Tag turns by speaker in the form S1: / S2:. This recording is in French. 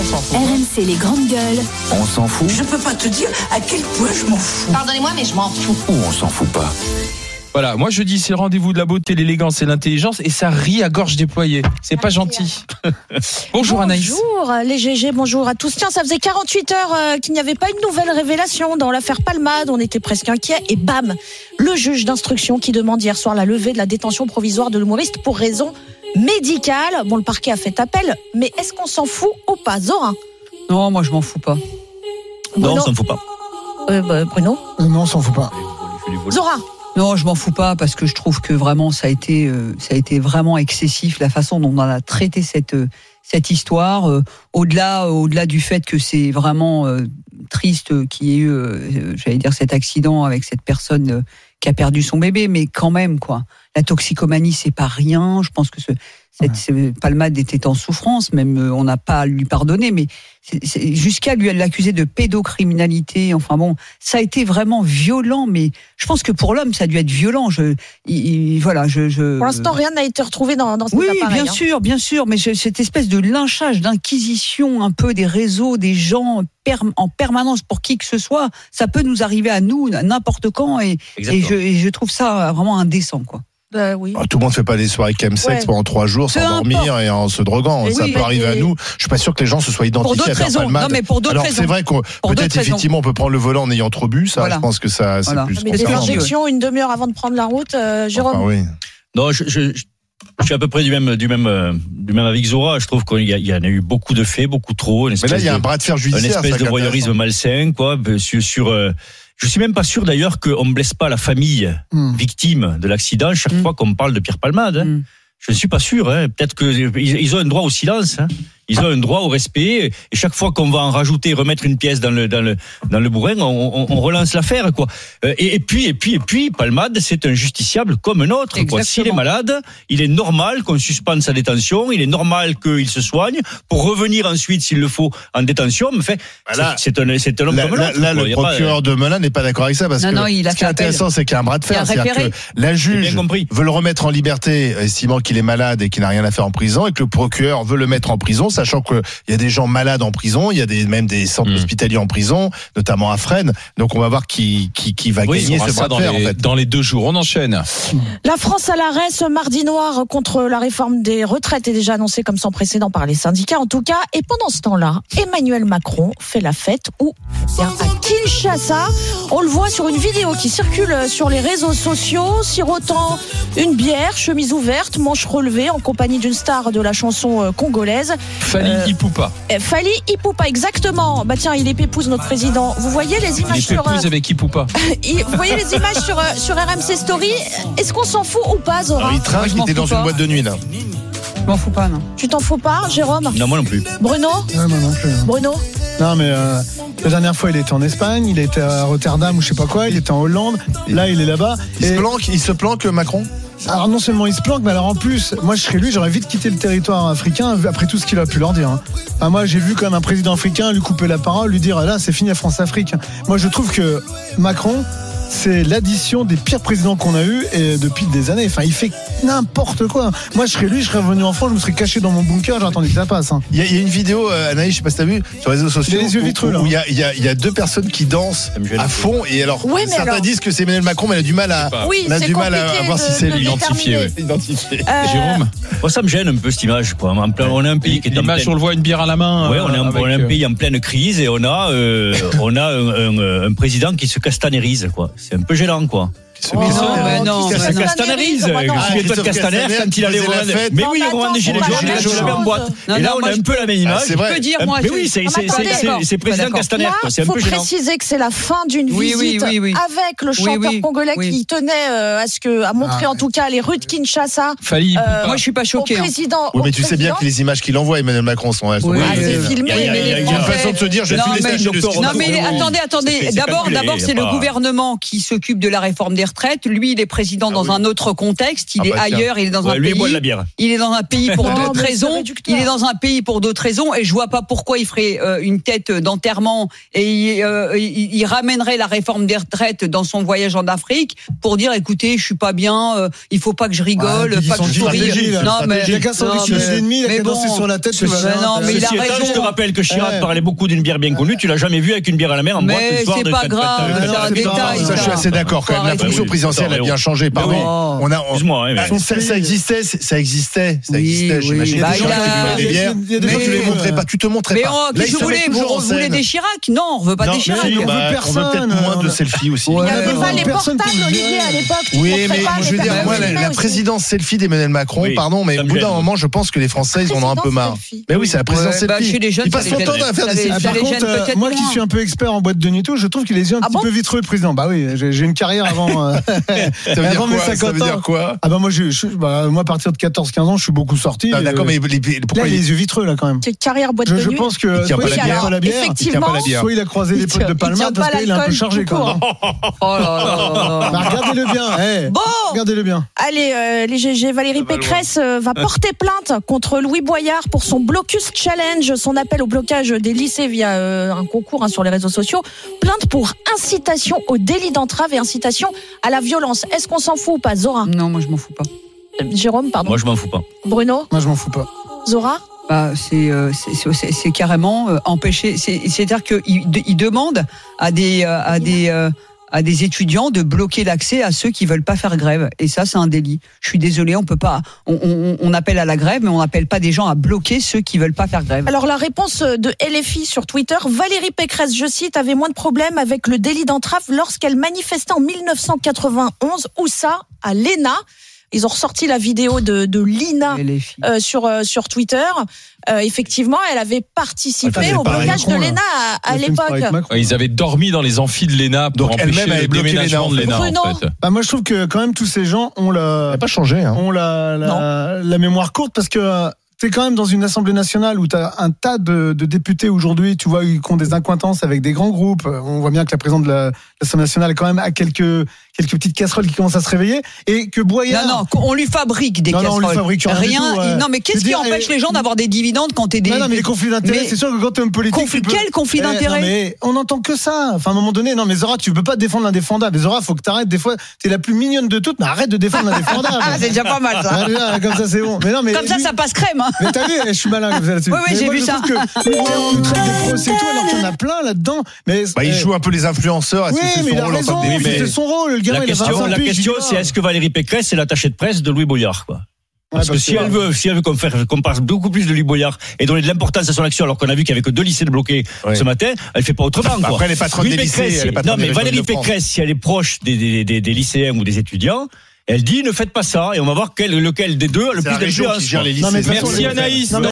S1: fout.
S2: RMC les grandes gueules.
S1: On s'en fout
S3: Je peux pas te dire à quel point je m'en fous.
S4: Pardonnez-moi, mais je m'en fous.
S1: ou on s'en fout pas
S5: Voilà, moi je dis c'est le rendez-vous de la beauté, l'élégance et l'intelligence et ça rit à gorge déployée. C'est pas gentil.
S4: hein.
S5: Bonjour Anaïs.
S6: Bonjour les GG, bonjour à tous. Tiens, ça faisait 48 heures euh, qu'il n'y avait pas une nouvelle révélation dans l'affaire Palmade. On était presque inquiets et bam, le juge d'instruction qui demande hier soir la levée de la détention provisoire de l'humoriste pour raison médicale. Bon, le parquet a fait appel, mais est-ce qu'on s'en fout ou pas, Zorin
S7: Non, moi je m'en fous pas.
S6: Bruno,
S8: Non, ça me faut pas.
S6: euh, bah, Bruno
S9: Euh, non, on s'en fout pas.
S6: Zorin
S7: Non, je m'en fous pas parce que je trouve que vraiment ça a été, euh, ça a été vraiment excessif la façon dont on a traité cette euh, cette histoire. euh, au-delà, au-delà du fait que c'est vraiment euh, triste euh, qu'il y ait eu, euh, j'allais dire, cet accident avec cette personne euh, qui a perdu son bébé, mais quand même quoi. La toxicomanie, c'est pas rien. Je pense que ce, cette, ce Palmade était en souffrance, même euh, on n'a pas à lui pardonner, mais c'est- c'est- jusqu'à lui l'accuser de pédocriminalité. Enfin bon, ça a été vraiment violent, mais je pense que pour l'homme, ça a dû être violent. Je, il- il- voilà, je, je-
S6: Pour l'instant, rien n'a été retrouvé dans, dans cet
S7: oui,
S6: appareil.
S7: bien
S6: hein.
S7: sûr, bien sûr, mais je- cette espèce de lynchage, d'inquisition un peu des réseaux, des gens perm- en permanence pour qui que ce soit, ça peut nous arriver à nous à n'importe quand et, et
S8: Exactement.
S7: je, et je trouve ça vraiment indécent. Quoi.
S6: Euh, oui.
S10: Ah, Tout le monde fait pas des soirées chemsex
S6: Ouais.
S10: pendant trois jours sans
S7: Peu
S10: dormir et en se droguant.
S6: Mais
S10: ça
S6: oui,
S10: peut
S6: mais-
S10: arriver à nous. Je suis pas sûr que les gens se soient
S7: Pour
S10: identifiés
S7: d'autres
S10: à faire
S7: raisons.
S10: Palmade.
S7: Non, mais pour d'autres
S10: Alors
S7: raisons.
S10: c'est vrai
S7: Pour
S10: qu'on peut-être
S7: d'autres raisons.
S10: effectivement on peut prendre le volant en ayant trop bu. Ça,
S7: Voilà.
S10: je pense que ça c'est
S7: Voilà. Ah,
S10: plus.
S6: Mais des
S10: concernant.
S6: injections une demi-heure avant de prendre la route, euh, Jérôme.
S10: Enfin, oui.
S8: Non, je, je- je- je suis à peu près du même, du même, euh, du même avec Zora. Je trouve qu'il y, a- il y en a eu beaucoup de faits, beaucoup trop. Une
S10: Mais là
S8: espèce
S10: il y a
S8: de-
S10: un bras de fer
S8: un
S10: judiciaire. ça,
S8: espèce
S10: qui
S8: de
S10: est
S8: voyeurisme
S10: intéressant.
S8: malsain, quoi. Sur, sur, euh, je suis même pas sûr d'ailleurs qu'on ne blesse pas la famille
S10: Mm.
S9: Hmm.
S8: victime de l'accident chaque
S7: Mm.
S8: fois qu'on parle de Pierre Palmade. hein.
S7: Mm.
S8: Je ne suis pas sûr. hein. Peut-être qu'ils ils ont un droit au silence. hein. Ils ont un droit au respect. Et chaque fois qu'on va en rajouter, remettre une pièce dans le dans le dans le bourrin, on, on- on relance l'affaire, quoi. Euh, Et, et puis et puis et puis, Palmade, c'est un justiciable comme un autre. quoi.
S7: Exactement.
S8: S'il est malade, il est normal qu'on suspende sa détention. Il est normal qu'il se soigne pour revenir ensuite, s'il le faut, en détention. Mais fait,
S10: Bah là-
S8: c'est c'est un c'est un homme
S10: Là,
S8: comme
S10: là-
S8: l'autre.
S10: là, le procureur
S8: procureur
S10: de Melun n'est pas d'accord avec ça parce
S7: Non,
S10: que
S7: non, il a
S10: ce qui est
S7: fait appel.
S10: intéressant, c'est qu'il y a un bras de
S7: Il a
S10: fer. C'est-à-dire
S7: référé.
S10: que la
S8: bien
S10: juge
S8: compris.
S10: veut le remettre en liberté, estimant qu'il est malade et qu'il n'a rien à faire en prison, et que le procureur veut le mettre en prison, sachant qu'il y a des gens malades en prison, il y a des, même des centres
S5: Mm.
S10: hospitaliers en prison, notamment à Fresnes. Donc on va voir qui, qui, qui va
S5: Oui, on
S10: gagner
S5: aura
S10: ce
S5: ça
S10: bras de
S5: dans
S10: fer, en
S5: les,
S10: fait.
S5: dans les deux jours. On enchaîne.
S6: La France à l'arrêt ce mardi noir contre la réforme des retraites est déjà annoncée comme sans précédent par les syndicats en tout cas. Et pendant ce temps-là, Emmanuel Macron fait la fête ou bien à Kinshasa. On le voit sur une vidéo qui circule sur les réseaux sociaux, sirotant une bière, chemise ouverte, manche relevée, en compagnie d'une star de la chanson euh, congolaise.
S5: Fali
S6: Euh,
S5: Ipupa.
S6: Eh, Fally Ipupa, exactement. Bah tiens, il est épouse notre président. Vous voyez les
S5: Il
S6: images
S5: est
S6: sur,
S5: épouse avec Ipupa.
S6: euh, i- vous voyez les images sur, euh, sur RMC Story. Est-ce qu'on s'en fout ou pas, Zora
S10: Alors, il
S7: Moi,
S10: trinque,
S7: je
S10: il
S7: m'en
S10: était
S7: fous
S10: dans
S7: pas.
S10: une boîte de nuit, là.
S7: Je m'en fous pas, non.
S6: Tu t'en fous pas, Jérôme
S8: Non, moi non plus.
S6: Bruno
S9: Non, moi non plus.
S6: Bruno
S9: Non, mais euh, la dernière fois, il était en Espagne, il était à Rotterdam ou je sais pas quoi, il était en Hollande. Là, il est là-bas.
S10: Il se
S9: Et-
S10: planque, il se planque, euh, Macron.
S9: Alors non seulement il se planque, mais alors en plus, moi je serais lui, j'aurais vite quitté le territoire africain après tout ce qu'il a pu leur dire. hein. Enfin, moi j'ai vu quand même un président africain lui couper la parole, lui dire Ah là c'est fini la France-Afrique. Moi je trouve que Macron, c'est l'addition des pires présidents qu'on a eu et depuis des années. Enfin il fait n'importe quoi. Moi je serais lui, je serais revenu en France, je me serais caché dans mon bunker, j'aurais attendu que ça passe. hein.
S10: Il y, a- il y a une vidéo, euh, Anaïs, je sais pas si t'as vu, sur les réseaux sociaux,
S9: Il a les yeux
S10: où-
S9: vitreux, là.
S10: où il y a, il y a- il y a deux personnes qui dansent
S8: Ça me gêne un
S10: à
S8: peu.
S10: fond, et alors
S6: Ouais, mais
S10: certains
S6: alors-
S10: disent que c'est Emmanuel Macron, mais elle a du mal à,
S5: pas.
S6: Oui,
S10: elle a
S6: c'est
S10: du mal à, à
S6: compliqué
S10: voir si
S6: de-
S10: c'est
S6: de
S10: lui.
S5: Identifié, ouais.
S10: Identifié.
S6: Euh,
S5: Jérôme,
S8: Moi, ça me gêne un peu cette image. Quoi. En plein- on est un pays qui est en
S5: l'image,
S8: pleine-
S5: on le voit, une bière à la main.
S8: Ouais,
S5: euh,
S8: on est un,
S5: avec,
S8: on est un
S5: euh,
S8: pays en pleine crise et on a, euh, on a un, un- un président qui se castanérise, quoi. C'est un peu gênant, quoi.
S10: Oh,
S7: Mais
S10: non,
S7: mais non,
S10: qui
S7: mais
S10: se
S7: non.
S8: Castanérise,
S6: on va dans-
S10: Ah,
S8: souviens-toi de
S10: Christophe
S8: Castaner
S10: Castaner
S8: quand il allait au
S10: qui faisait la
S8: Rwanda.
S10: fête.
S8: Mais
S6: Non,
S8: oui,
S6: mais
S8: au Rwanda,
S6: attends,
S8: Gilets
S6: on
S8: jaunes,
S6: va
S8: Gilets
S6: pas
S8: jaunes,
S6: dans
S8: en
S6: ce
S8: boîte.
S6: monde.
S7: Non,
S8: Et là,
S7: non,
S8: on
S7: moi,
S8: a un
S7: je-
S8: peu la même
S10: Ah,
S8: image.
S10: c'est vrai.
S7: Je peux dire, moi,
S8: Mais
S7: je-
S8: oui, c'est
S6: Ah, mais
S8: c'est-
S6: attendez,
S8: c'est- c'est-
S6: d'accord.
S8: c'est président
S7: Pas d'accord.
S8: Castaner,
S6: Là,
S8: quoi. C'est un
S6: faut
S8: peu gênant.
S6: préciser que c'est la fin d'une
S7: Oui,
S6: visite
S7: oui, oui, oui.
S6: avec le
S7: Oui,
S6: chanteur
S7: oui,
S6: congolais
S7: oui.
S6: qui tenait euh, à ce que, à montrer
S9: Ah,
S6: en tout cas les rues de Kinshasa
S5: Fali Ipupa.
S6: Euh,
S7: Moi, je suis pas
S6: au
S7: choqué. hein.
S6: président.
S10: Oui,
S6: au
S10: mais tu sais
S6: président.
S10: bien que les images qu'il envoie, Emmanuel Macron, sont. elles sont-
S7: Oui,
S10: Ouais,
S7: Ah,
S10: c'est-
S6: c'est filmé,
S10: Il y a- il y a-
S6: mais
S10: il y a
S6: les
S10: une
S6: Français-
S10: façon de se dire, je
S7: Non,
S10: suis
S7: mais-
S10: détaché de ce
S7: Non
S10: qui
S7: mais
S10: se passe.
S7: attendez,
S8: C'est
S7: attendez.
S8: fait- c'est
S7: D'abord,
S8: calculé,
S7: d'abord,
S8: y a
S7: c'est le
S8: pas-
S7: gouvernement qui s'occupe de la réforme des retraite. Lui, il est président
S10: Ah
S7: dans
S10: oui.
S7: un autre contexte. Il
S10: Ah
S7: est
S10: bah tiens.
S7: ailleurs, il est dans
S8: Ouais,
S7: un
S8: lui, il boit de
S7: pays.
S8: la bière.
S7: Il est dans un pays pour
S6: Non, mais
S7: d'autres
S6: c'est
S7: raisons.
S6: réducteur.
S7: Il est dans un pays pour d'autres raisons. Et je vois pas pourquoi il ferait euh, une tête d'enterrement et euh, il, il ramènerait la réforme des retraites dans son voyage en Afrique pour dire écoutez, je suis pas bien, euh, il faut pas que je rigole,
S9: Ouais, ils
S7: pas
S9: sont
S7: que je sourie.
S9: stratégies, là.
S7: Non, mais-
S9: Il y a qu'à s'en
S7: non,
S9: déchirer
S7: mais-
S9: les ennemis, il y a
S7: mais
S9: qu'à danser
S7: bon.
S9: sur la tête, tu
S7: Ceci-
S9: vas là,
S7: non, mais il a
S8: Ceci étant,
S7: raison.
S8: je te rappelle que Chirac
S9: Ouais.
S8: parlait beaucoup d'une bière bien connue. Tu l'as jamais vu avec une bière à la mer en boîte le
S7: Mais
S8: soir
S7: c'est
S8: de
S7: pas
S8: fête-
S7: grave,
S8: fête-
S9: c'est
S8: fête-
S9: un
S8: fête-
S7: détail,
S8: fête-
S10: Ça, je suis assez d'accord quand même. La
S7: Arrête.
S10: fonction
S8: Oui.
S10: présidentielle a bien changé. Pardon.
S7: oui.
S10: On a, on-
S8: Excuse-moi, hein, mais-
S10: Ah, ça, ça existait, ça existait, ça
S7: Oui,
S10: existait.
S7: oui.
S10: J'imagine.
S7: Bah,
S10: des
S7: il
S10: gens qui
S7: a-
S10: fumaient des bières.
S9: il y a
S10: Mais
S9: des
S10: toi,
S7: gens
S10: tu les
S7: qui-
S10: montrais pas, tu te montrais
S7: Mais
S10: pas.
S7: oh, qu'est-ce que
S10: ils se
S7: vous voulez
S10: mettent
S7: vous,
S10: toujours en
S7: vous voulez
S10: scène.
S7: des Chirac Non, on veut pas
S10: Non,
S7: des Chirac.
S10: mais
S9: on veut
S10: on veut
S9: personne,
S10: peut-être moins
S9: on
S10: de
S9: a-
S10: selfies aussi.
S7: Ouais.
S6: Il n'y avait
S9: Ouais,
S6: pas
S9: non,
S6: les
S9: personne
S6: portables,
S9: qui
S6: Olivier, à l'époque. tu
S10: Oui,
S6: montrais
S10: mais
S6: pas
S10: moi,
S6: les
S10: je veux dire,
S6: tablettes
S10: moi,
S6: de
S10: la, la
S6: aussi.
S10: présidence selfie d'Emmanuel Macron,
S8: Oui,
S10: pardon, mais
S8: ça
S10: au
S8: me
S10: bout
S8: gêne.
S10: d'un moment, je pense que les Français, ils en ont un peu
S6: Présidence
S10: marre.
S6: selfie.
S10: Mais oui, c'est la présidence
S7: Ouais, bah,
S10: selfie.
S7: chez les jeunes,
S10: Ils
S7: ça
S10: passent
S7: les
S10: son
S7: gêne.
S10: temps à faire
S7: Ça
S10: des
S7: les-
S10: selfies.
S9: Ah,
S7: ça
S9: par
S7: les gêne
S9: contre, euh,
S7: peut-être
S9: moi qui
S7: moins.
S9: suis un peu expert en boîte de nuit et tout, je trouve qu'il est yeux un
S6: Ah
S9: petit
S6: bon
S9: peu vitreux, le président. Bah oui, j'ai j'ai une carrière avant, euh,
S10: Ça veut dire
S9: avant mes
S10: quoi Ça
S9: 50
S10: veut
S9: ans.
S10: dire quoi
S9: Ah bah moi, je, je- bah, moi à partir de 14-15 ans, je suis beaucoup sorti.
S10: Ah,
S9: et,
S10: D'accord,
S9: euh,
S10: mais les- les-
S9: Là,
S10: pourquoi
S9: il a
S10: ils-
S9: les yeux vitreux, là, quand même.
S6: C'est carrière boîte
S9: Je,
S6: de
S9: je
S6: nuit.
S9: pense que
S10: Il tient pas
S9: soit
S10: la
S9: il a
S10: bière.
S9: pas la bière,
S10: tient pas
S6: Effectivement,
S10: la bière.
S9: soit il a croisé
S6: Il
S9: les potes
S6: tient-
S9: de
S6: il
S9: Palma
S6: tient
S9: parce
S6: pas
S9: qu'il est un peu
S6: l'alcool
S9: chargé,
S6: tout
S9: quoi. hein.
S7: Oh là là
S9: Bah,
S7: là.
S9: regardez-le bien, eh.
S6: Bon,
S9: regardez-le bien.
S6: allez, euh, les GG, Valérie Pécresse euh, va porter plainte contre Louis Boyard pour son blocus challenge, son appel au blocage des lycées via euh, un concours hein, sur les réseaux sociaux. Plainte pour incitation au délit d'entrave et incitation à la violence. Est-ce qu'on s'en fout ou pas, Zora
S7: Non, moi je m'en fous pas.
S6: Euh, Jérôme, pardon.
S8: Moi, je m'en fous pas.
S6: Bruno
S9: Moi, je m'en fous pas.
S6: Zora
S7: Bah, c'est euh, c'est- c'est- c'est- c'est carrément euh, empêcher. c'est- C'est-à-dire qu'ils demandent à des euh, à des euh, à des étudiants de bloquer l'accès à ceux qui veulent pas faire grève. Et ça, c'est un délit. Je suis désolé, on peut pas. On, on- on appelle à la grève, mais on n'appelle pas des gens à bloquer ceux qui veulent pas faire grève.
S6: Alors la réponse euh, de LFI sur Twitter, Valérie Pécresse, je cite, avait moins de problèmes avec le délit d'entrave lorsqu'elle manifestait en 1991, où ça À l'ENA. Ils ont ressorti la vidéo de, de
S9: Ah.
S6: Lina
S7: Et les filles.
S6: euh, sur, euh, sur Twitter. Euh, effectivement, elle avait participé
S10: Attends, c'est
S6: au
S10: pas
S6: blocage de
S9: Macron, là.
S6: l'ENA à, à
S9: Le film sera avec
S6: l'époque.
S9: Macron.
S5: Ouais, Ils avaient dormi dans les amphis de l'ENA pour
S10: Donc,
S5: empêcher
S10: elle-même avait
S5: le
S10: bloqué
S5: déménagement de
S10: l'ENA,
S5: l'ENA,
S6: en fait.
S5: en fait.
S9: Bah, moi, je trouve que quand même, tous ces gens ont
S10: Ça
S9: la,
S10: n'a pas changé. hein.
S9: ont la, la, la mémoire courte parce que euh, t'es quand même dans une assemblée nationale où t'as un tas de, de députés aujourd'hui, tu vois, qui ont des acquaintances avec des grands groupes. Euh, On voit bien que la présidente de la- de l'Assemblée nationale est quand même à quelques, quelques petites casseroles qui commencent à se réveiller et que Boyard.
S7: Non, non, qu'on- on lui fabrique des
S9: Euh, Non, non, on
S7: casseroles.
S9: lui fabrique rien du tout, ouais.
S7: Non, mais
S9: Je
S7: qu'est-ce
S9: veux
S7: qui
S9: dire,
S7: empêche
S9: et-
S7: les gens d'avoir des dividendes quand t'es des.
S9: Non, non, mais les conflits d'intérêts,
S7: mais-
S9: c'est sûr que quand t'es homme politique.
S7: Conflit-
S9: tu peux-
S7: quel conflit
S9: Eh, non,
S7: d'intérêts
S9: mais On n'entend que ça. Enfin, à un moment donné, non, mais Zora, tu peux pas défendre l'indéfendable. Zora, faut que t'arrêtes. Des fois, t'es la plus mignonne de toutes, mais arrête de défendre l'indéfendable.
S7: Ah, c'est déjà pas mal ça.
S9: Ah, déjà, comme ça, c'est bon. Mais non, mais
S7: Comme ça,
S9: lui-
S7: ça passe crème. hein.
S9: Mais t'as vu, eh, je suis malin comme ça là-dessus.
S7: Oui, oui,
S9: Mais
S7: j'ai
S9: moi,
S7: vu
S9: je
S7: ça.
S9: trouve Que, les gens, on nous traite de procès et tout, alors qu'il y en a plein là-dedans. Mais,
S10: Bah, il
S9: euh,
S10: joue un peu les influenceurs. Est-ce
S9: Oui,
S10: que c'est
S9: mais
S10: son
S9: il a
S10: rôle en tant
S9: raison.
S10: que député
S8: mais-
S9: C'est son rôle. Le gamin,
S8: La
S9: il a
S8: question,
S9: 25
S8: la
S9: piges,
S8: question,
S9: il dit,
S8: c'est
S9: ah.
S8: est-ce que Valérie Pécresse est l'attachée de presse de Louis Boyard, quoi?
S9: Ouais,
S8: Parce
S10: bah,
S8: que si elle veut, si elle veut qu'on fasse- qu'on passe beaucoup plus de Louis Boyard et donner de l'importance à son action, alors qu'on a vu qu'il y avait que deux lycées de bloqués
S10: Ouais.
S8: ce matin, elle fait pas autrement.
S10: Après,
S8: Quoi.
S10: elle est patronne
S8: Louis
S10: des lycées,
S8: Pécresse,
S10: elle est patronne
S8: non, mais
S10: des
S8: Valérie
S10: écoles de France.
S8: Pécresse, si elle est proche des, des, des, des lycéens ou des étudiants, elle dit ne faites pas ça et on va voir quel, lequel des deux a le
S10: C'est la
S8: plus
S10: région qui
S8: d'influence.
S10: gère les
S8: quoi.
S10: lycées.
S9: mais de toute
S5: Merci
S9: façon,
S5: Anaïs.
S9: Non, mais